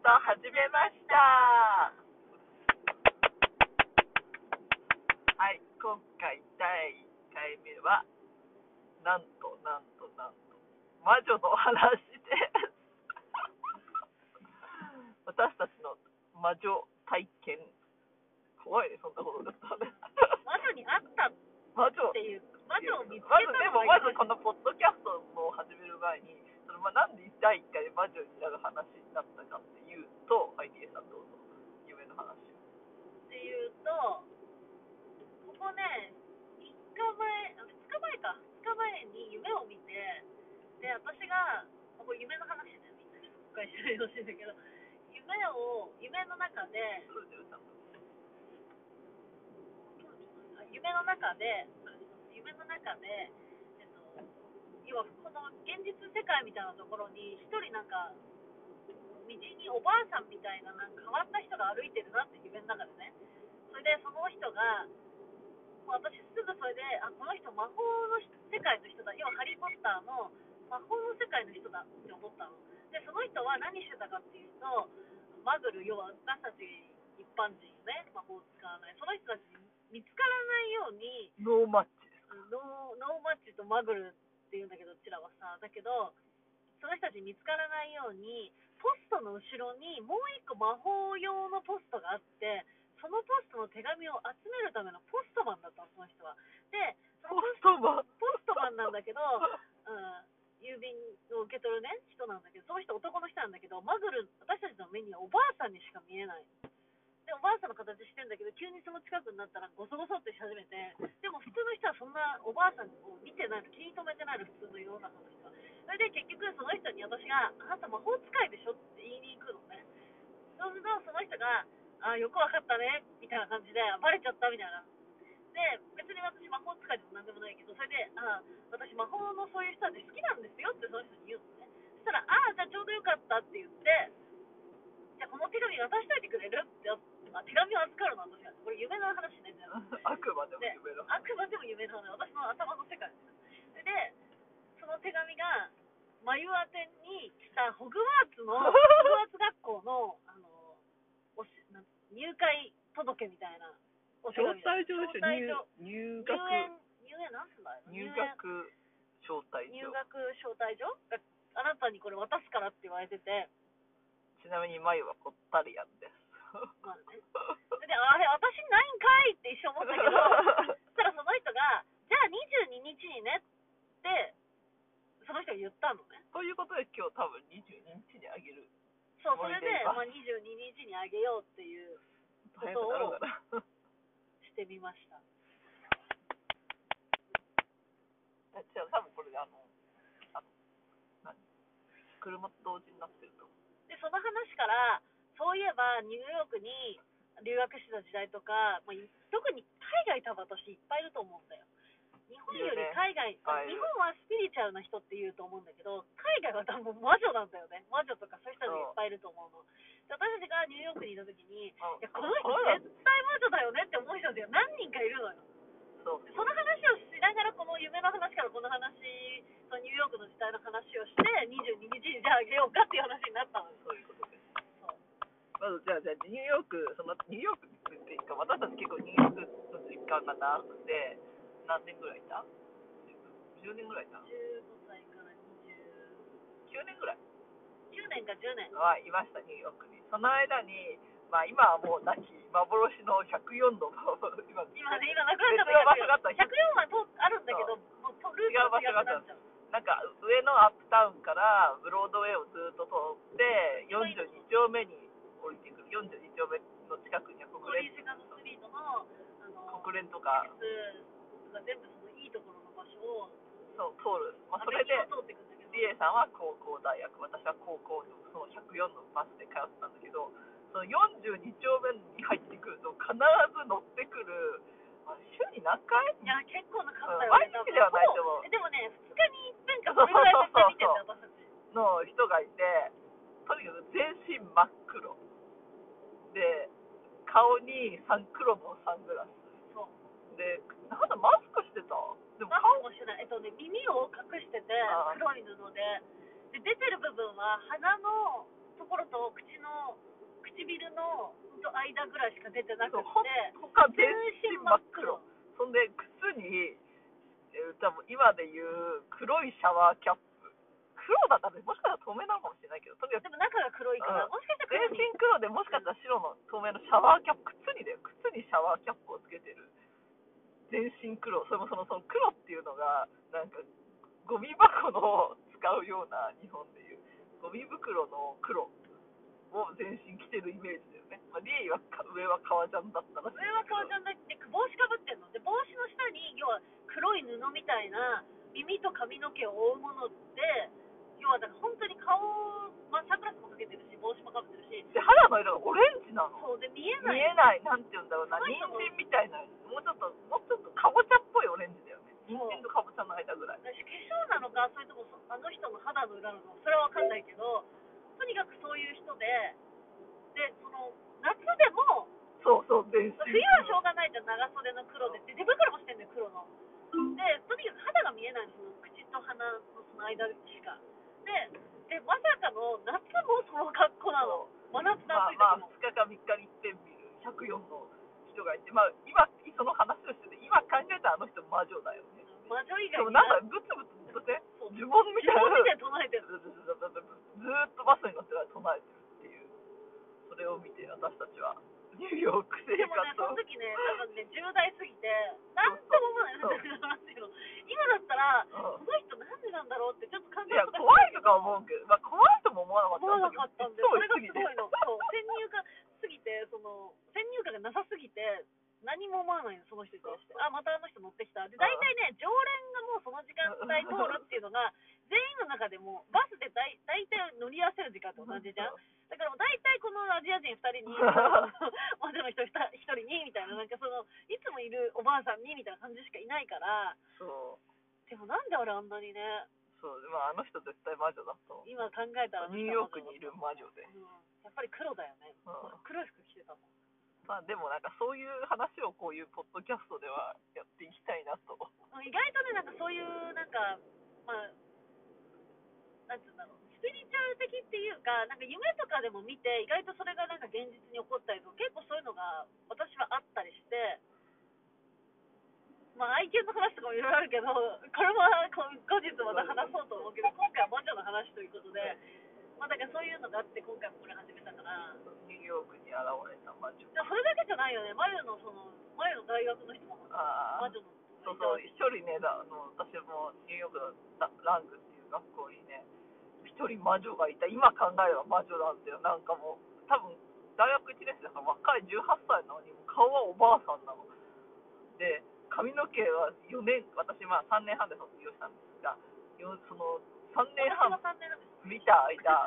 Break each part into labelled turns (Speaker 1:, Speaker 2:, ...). Speaker 1: れました。はい、今回第1回目は、なんとなんとなんと、魔女の話です。私たちの魔女体験、怖いね、そんなことだったらね。
Speaker 2: 魔女に会ったっ
Speaker 1: 魔女
Speaker 2: ていう魔女を見つけ
Speaker 1: まず
Speaker 2: た
Speaker 1: で
Speaker 2: の
Speaker 1: もま
Speaker 2: が
Speaker 1: ずこのポッドキャストを始める前にそのまあなんで第1回で魔女になる話になったかっていうとアイディエさんどうぞ夢の話
Speaker 2: っていうとここね3日前2日前か2日前に夢を見てで私がこれ夢の話ねみんなに誤解しないでほしいんだけど夢を夢の中で
Speaker 1: そうですよちゃんと
Speaker 2: 夢の中で夢の中で、えっと、要はこの現実世界みたいなところに一人なんか道におばあさんみたいななんか変わった人が歩いてるなって夢の中でねそれでその人がもう私すぐそれであこの人魔法の人世界の人だ要はハリー・ポッターの魔法の世界の人だって思ったのでその人は何してたかっていうとマグル要は私たち一般人ね魔法を使わないその人たちに見つからないように
Speaker 1: ノーマッチです
Speaker 2: あのノーノーマッチとマグルっていうんだけどうちらはさだけどその人たちに見つからないようにポストの後ろにもう一個魔法用のポストがあってそのポストの手紙を集めるためのポストマンだったのその人はでそ
Speaker 1: ポ
Speaker 2: の
Speaker 1: ストマン
Speaker 2: ポストマンなんだけど、うん、郵便を受け取るね人なんだけどその人男の人なんだけどマグル私たちの目にはおばあさんにしか見えないでおばあさんの形してんだけど急にその近くになったらゴソゴソってし始めてでも普通の人はそんなおばあさんを見てないの気に留めてないの普通の世の中の人はそれで結局その人に私が「あなた魔法使いでしょ?」って言いに行くのねそうするとその人が「あーよくわかったね」みたいな感じで「バレちゃった」みたいなで別に私魔法使いでもなんでもないけどそれで「あー私魔法のそういう人たち好きなんですよ」ってその人に言うのねそしたら「ああじゃあちょうどよかった」って言って「じゃあこの手紙渡しといてくれる?」ってあ手紙を預かるの私がこれ夢の話ねじゃあ
Speaker 1: あくまでも夢の
Speaker 2: あくまでも夢なのよ私の頭の世界ですでその手紙が眉当てに来たホグワー ツのホグワーツ学校のあのおしなん入会届みたいなお手
Speaker 1: 招
Speaker 2: 紙
Speaker 1: 待状でしょ
Speaker 2: 招待状
Speaker 1: 入入
Speaker 2: 入園
Speaker 1: 学
Speaker 2: 入園なんすんだよ
Speaker 1: 入学招待
Speaker 2: 入
Speaker 1: 状
Speaker 2: 学招待状があなたにこれ渡すからって言われてて
Speaker 1: ちなみに前はコッタリアンです
Speaker 2: まあね であれ私にないんかいって一生思ったけどそしたらその人がじゃあ22日にねってその人が言ったのね
Speaker 1: ということで今日多分22日にあげる
Speaker 2: そうそれで、
Speaker 1: 思
Speaker 2: まあ、
Speaker 1: い
Speaker 2: 22日にあげようっていう
Speaker 1: 早くなろうかな
Speaker 2: してみました
Speaker 1: じゃあ多分これであのあの何車と同時になってると思う
Speaker 2: でその話からそういえばニューヨークに留学してた時代とか、まあ、い特に海外多分私いっぱいいると思うんだよ日本より海外、まあ
Speaker 1: いるねいっぱいい
Speaker 2: 日
Speaker 1: る
Speaker 2: 本はスピリチュアルな人って言うと思うんだけど海外は多分魔女なんだよね魔女とかそういう人がいっぱいいると思うので私たちがニューヨークにいた時にい
Speaker 1: あ
Speaker 2: やこの人絶対魔女だよねって思う人たちが何人かいるのよ
Speaker 1: そう
Speaker 2: その話をしながらこの夢の話からこの話そのニューヨークの時代の話をして22日にじゃああげようかっていう話になったのよ
Speaker 1: そういうことですまずじゃあじゃあニューヨークそのニューヨークっていうか私たち結構ニューヨークの時間が長くて何年ぐらいいた ?10 年ぐらいいた
Speaker 2: 15歳から29
Speaker 1: 9年ぐらい
Speaker 2: 年か10年
Speaker 1: はいましたニューヨークにその間にまあ今はもうなき幻の104度の今
Speaker 2: 今ね今なくなっちゃ
Speaker 1: 別の場所があった
Speaker 2: った104 104はとあるんだけどもうとルートが違くなっちゃう
Speaker 1: なんか上のアップタウンからブロードウェイをずっと通って42丁目に降りてくる42丁目の近くには
Speaker 2: ホ
Speaker 1: 国連
Speaker 2: リーセカンドストリートのあの
Speaker 1: 国連とか
Speaker 2: フェスとか全部そのいいところの場所を
Speaker 1: そう通る、まあ、そ
Speaker 2: ア
Speaker 1: れ
Speaker 2: メリ
Speaker 1: で
Speaker 2: カを通っていくんだけど
Speaker 1: リエさんは高校大学私は高校のその104のバスで通ってたんだけどその42丁目に入ってくると必ず乗ってくるあ週に何回
Speaker 2: いや結構な数だよ
Speaker 1: 毎
Speaker 2: ね
Speaker 1: 日ではないと思う
Speaker 2: えでもね2日に1遍かそれぐらい絶対見てんだよ私たち
Speaker 1: の人がいてとにかく全身真っ黒で顔にサンクロボンサングラス
Speaker 2: そう
Speaker 1: でなんだマスクしてたでも
Speaker 2: マ
Speaker 1: 顔
Speaker 2: スクもしてない、えっとね、耳を隠してて
Speaker 1: あー
Speaker 2: 黒い布でで出てる部分は鼻のところと口の口唇のほんと間ぐらいしか出てなく
Speaker 1: そ
Speaker 2: て
Speaker 1: うほん他
Speaker 2: 全
Speaker 1: 全身
Speaker 2: 身真
Speaker 1: 真
Speaker 2: っ
Speaker 1: っ
Speaker 2: 黒
Speaker 1: 黒そんで靴に、えー、多分今で言う黒いシャワーキャップ黒だったらもしかしたら透明なのかもしれないけどとにかく
Speaker 2: でも中が黒いから
Speaker 1: うん
Speaker 2: もしかした
Speaker 1: 全
Speaker 2: ら黒
Speaker 1: 身
Speaker 2: に
Speaker 1: 黒でもしかしたら白の透明のシャワーキャップ靴にだよ靴にシャワーキャップをつけてる全身黒それもそのその黒っていうのがなんかゴミ箱の使うような日本でいうゴミ袋の黒を全身着てるイメージだよね、まあ、リエイはか上は革ジャンだったらしい
Speaker 2: 上は顔じゃなくて帽子かぶってんので帽子の下に要は黒い布みたいな耳と髪の毛を覆うもので要はだから本当に顔まあサングラスもかけてるし帽子もかぶってるし
Speaker 1: で肌の色がオレンジなの
Speaker 2: そうで見え
Speaker 1: 見
Speaker 2: ない
Speaker 1: えないなんて言うんだろうな
Speaker 2: ない
Speaker 1: 人
Speaker 2: と思う
Speaker 1: 参みたいなもうちょっともうちょっとかぼちゃっぽいオレンジだよね人
Speaker 2: そう
Speaker 1: 参とかぼちゃの間ぐらい
Speaker 2: 私化粧なのかそれともそあの人の肌の裏なのかそれは分かんないけどとにかくそういう人ででその夏でも
Speaker 1: そうそう全身
Speaker 2: 冬はしょうがないじゃん長袖の黒でで手袋もしてんだよ黒のでとにかく肌が見えないのその口と鼻のその間しかででまさかの夏もその格好なの真夏の
Speaker 1: ま
Speaker 2: 暑
Speaker 1: あ
Speaker 2: い時
Speaker 1: まあ
Speaker 2: も、
Speaker 1: 2日か3日に一遍見る104の人がいてまあ今その話をしてて今考えたらあの人魔女だよね
Speaker 2: 魔女以
Speaker 1: でも
Speaker 2: 外に
Speaker 1: なんかブツブツとね
Speaker 2: そう
Speaker 1: 呪文み
Speaker 2: 自
Speaker 1: たい
Speaker 2: 分み
Speaker 1: な
Speaker 2: たいに唱えてる
Speaker 1: ずーっとバスに乗ってたら唱えてるっていうそれを見て私たちはニューヨーク生
Speaker 2: で
Speaker 1: 活
Speaker 2: もね、その
Speaker 1: を
Speaker 2: 時ね、多分ね、10代過ぎて、なんとも思わない
Speaker 1: そう
Speaker 2: なんていうの今だったら、
Speaker 1: うん
Speaker 2: この人なんでなんだろうって、ちょっと感
Speaker 1: い
Speaker 2: じ
Speaker 1: や
Speaker 2: とか
Speaker 1: 怖いとか思うけど、まあ、怖いとも思わなかった
Speaker 2: 思わなかったんで、それがすごいの。そう、先入観すぎて、その、先入観がなさすぎて、何も思わないの、その人に対して。あ、またあの人乗ってきた。で、大体ね、常連がもうその時間帯通るっていうのが、全員の中でも、バスで大大体乗り合わせる時間と同じじゃん。だからもう大体このアジア人2人に、 魔女の人1人にみたいな、なんかその、いつもいるおばあさんにみたいな感じしかいないから、
Speaker 1: そう
Speaker 2: でもなんで俺あんなにね、
Speaker 1: そうでまああの人絶対魔女だと思う
Speaker 2: 今考えたら、
Speaker 1: ニューヨークにいる魔女で、
Speaker 2: うん、やっぱり黒だよね。
Speaker 1: うん
Speaker 2: 黒い服着てたもん。
Speaker 1: まあでもなんかそういう話をこういうポッドキャストではやっていきたいなと
Speaker 2: 意外とね、なんかそういう、なんか、まあ、なんつうんだろう、スピリチュアル的っていうか、なんか夢とかでも見て、意外とそれがなんか現実に起こったりとか、結構そういうのが私はあったりして、まあ、愛犬の話とかもいろいろあるけど、これもこう後日また話そうと思うけど、今回は魔女の話ということで、まあ、だからそういうのがあって、今回もこれ始めたから。
Speaker 1: ニューヨークに現れた魔女
Speaker 2: でもそれだけじゃないよね、マユのその、マユの大学の人も
Speaker 1: あ
Speaker 2: 魔
Speaker 1: あ
Speaker 2: 女の
Speaker 1: そうそう
Speaker 2: 人がいたわけ
Speaker 1: 一人ねだあの私もニューヨークのララングっていう学校にね一人魔女がいた今考えれば魔女なんだよなんかもう多分大学1年生だから若い18歳なのに顔はおばあさんなので髪の毛は4年私まあ3年半で卒業したんですがよその3年半
Speaker 2: 私も3年なんです
Speaker 1: 見た間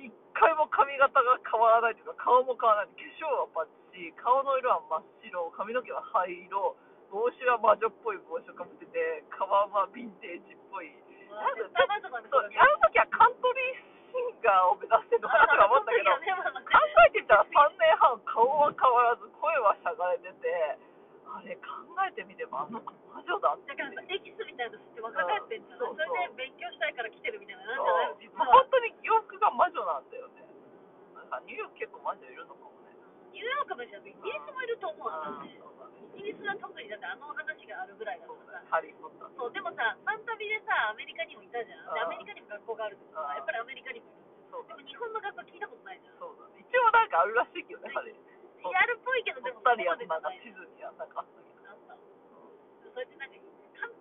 Speaker 1: 一回も髪型が変わらないというか顔も変わらない化粧はバッチリ顔の色は真っ白髪の毛は灰色帽子は魔女っぽい帽子をかぶっててカバンはヴィンテージっぽい
Speaker 2: あ絶対魔女なんだ
Speaker 1: そうやるときはカントリーシンガーを目指してるのかなとか思った けど
Speaker 2: ね、まあ
Speaker 1: 考えてみたら3年半顔は変わらず声はしゃがれててあれ考えてみればあの子魔女だって
Speaker 2: だからさ、エキスみたいなのって若返ってんじゃない、
Speaker 1: うんそうそう
Speaker 2: れで勉強したいから来てるみたいな、なんじゃないの実
Speaker 1: まあ
Speaker 2: は
Speaker 1: 本。当に洋服が魔女なんだよねなんかニューヨーク結構魔女いるのかもね
Speaker 2: ニューヨークもいるし、イギリスもいると思う、
Speaker 1: ああ
Speaker 2: 私。
Speaker 1: そうだね
Speaker 2: イギリスは特にだってあの話があるぐらいだ
Speaker 1: そう
Speaker 2: から
Speaker 1: だ
Speaker 2: さ
Speaker 1: ね。ハリー・ポッター
Speaker 2: そう、でもさ、サンタビでさ、アメリカにもいたじゃん。で、
Speaker 1: あ
Speaker 2: ア
Speaker 1: あ
Speaker 2: メリカにも学校があるけどさ、
Speaker 1: ああ
Speaker 2: やっぱりアメリカにもいる。
Speaker 1: そう
Speaker 2: で
Speaker 1: だ
Speaker 2: も
Speaker 1: ね
Speaker 2: 日本の学校聞いたことないじゃん。
Speaker 1: そうだね一応なんかあるらしいけどねハリーそう
Speaker 2: やるっぽいけど、
Speaker 1: オ
Speaker 2: で
Speaker 1: ー
Speaker 2: も
Speaker 1: スト
Speaker 2: そこ
Speaker 1: リア
Speaker 2: ま
Speaker 1: のなん
Speaker 2: でじゃ
Speaker 1: か
Speaker 2: ない
Speaker 1: 地図にはなんかあったけど
Speaker 2: あったそうやってなんか神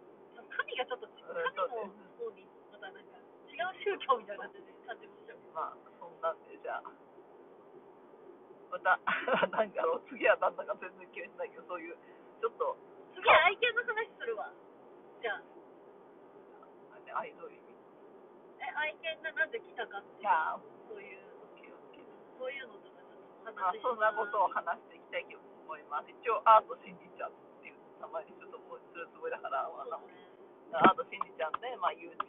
Speaker 2: 神がちょっと神の方にまたなんか違う宗教みたいな感じもしちゃう
Speaker 1: まあそんなんでじゃあまたなんかあの次は何だか全然決めてないけどそういうちょっと
Speaker 2: 次は愛犬の話するわじゃあ
Speaker 1: あれねアイドル
Speaker 2: え愛犬がなぜ来たかっていう
Speaker 1: が
Speaker 2: そういうそういうのとか
Speaker 1: ま
Speaker 2: ちょっと
Speaker 1: あ
Speaker 2: 話して
Speaker 1: そんなことを話していきたいと思います一応アートシンディちゃんっていう名前にちょっともうするつもりだから
Speaker 2: そう
Speaker 1: まあ
Speaker 2: だね
Speaker 1: アートシンディちゃんで、まあ、YouTube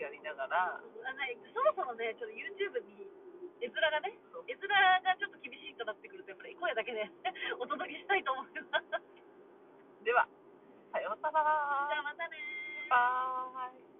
Speaker 1: やりながら
Speaker 2: あねそもそもねちょっと YouTube に絵面がね
Speaker 1: そう
Speaker 2: 絵面がちょっと厳しいとなってくるとやっぱり声だけでお届けしたいと思う じゃ
Speaker 1: ではさようなら
Speaker 2: あまたねー
Speaker 1: バイ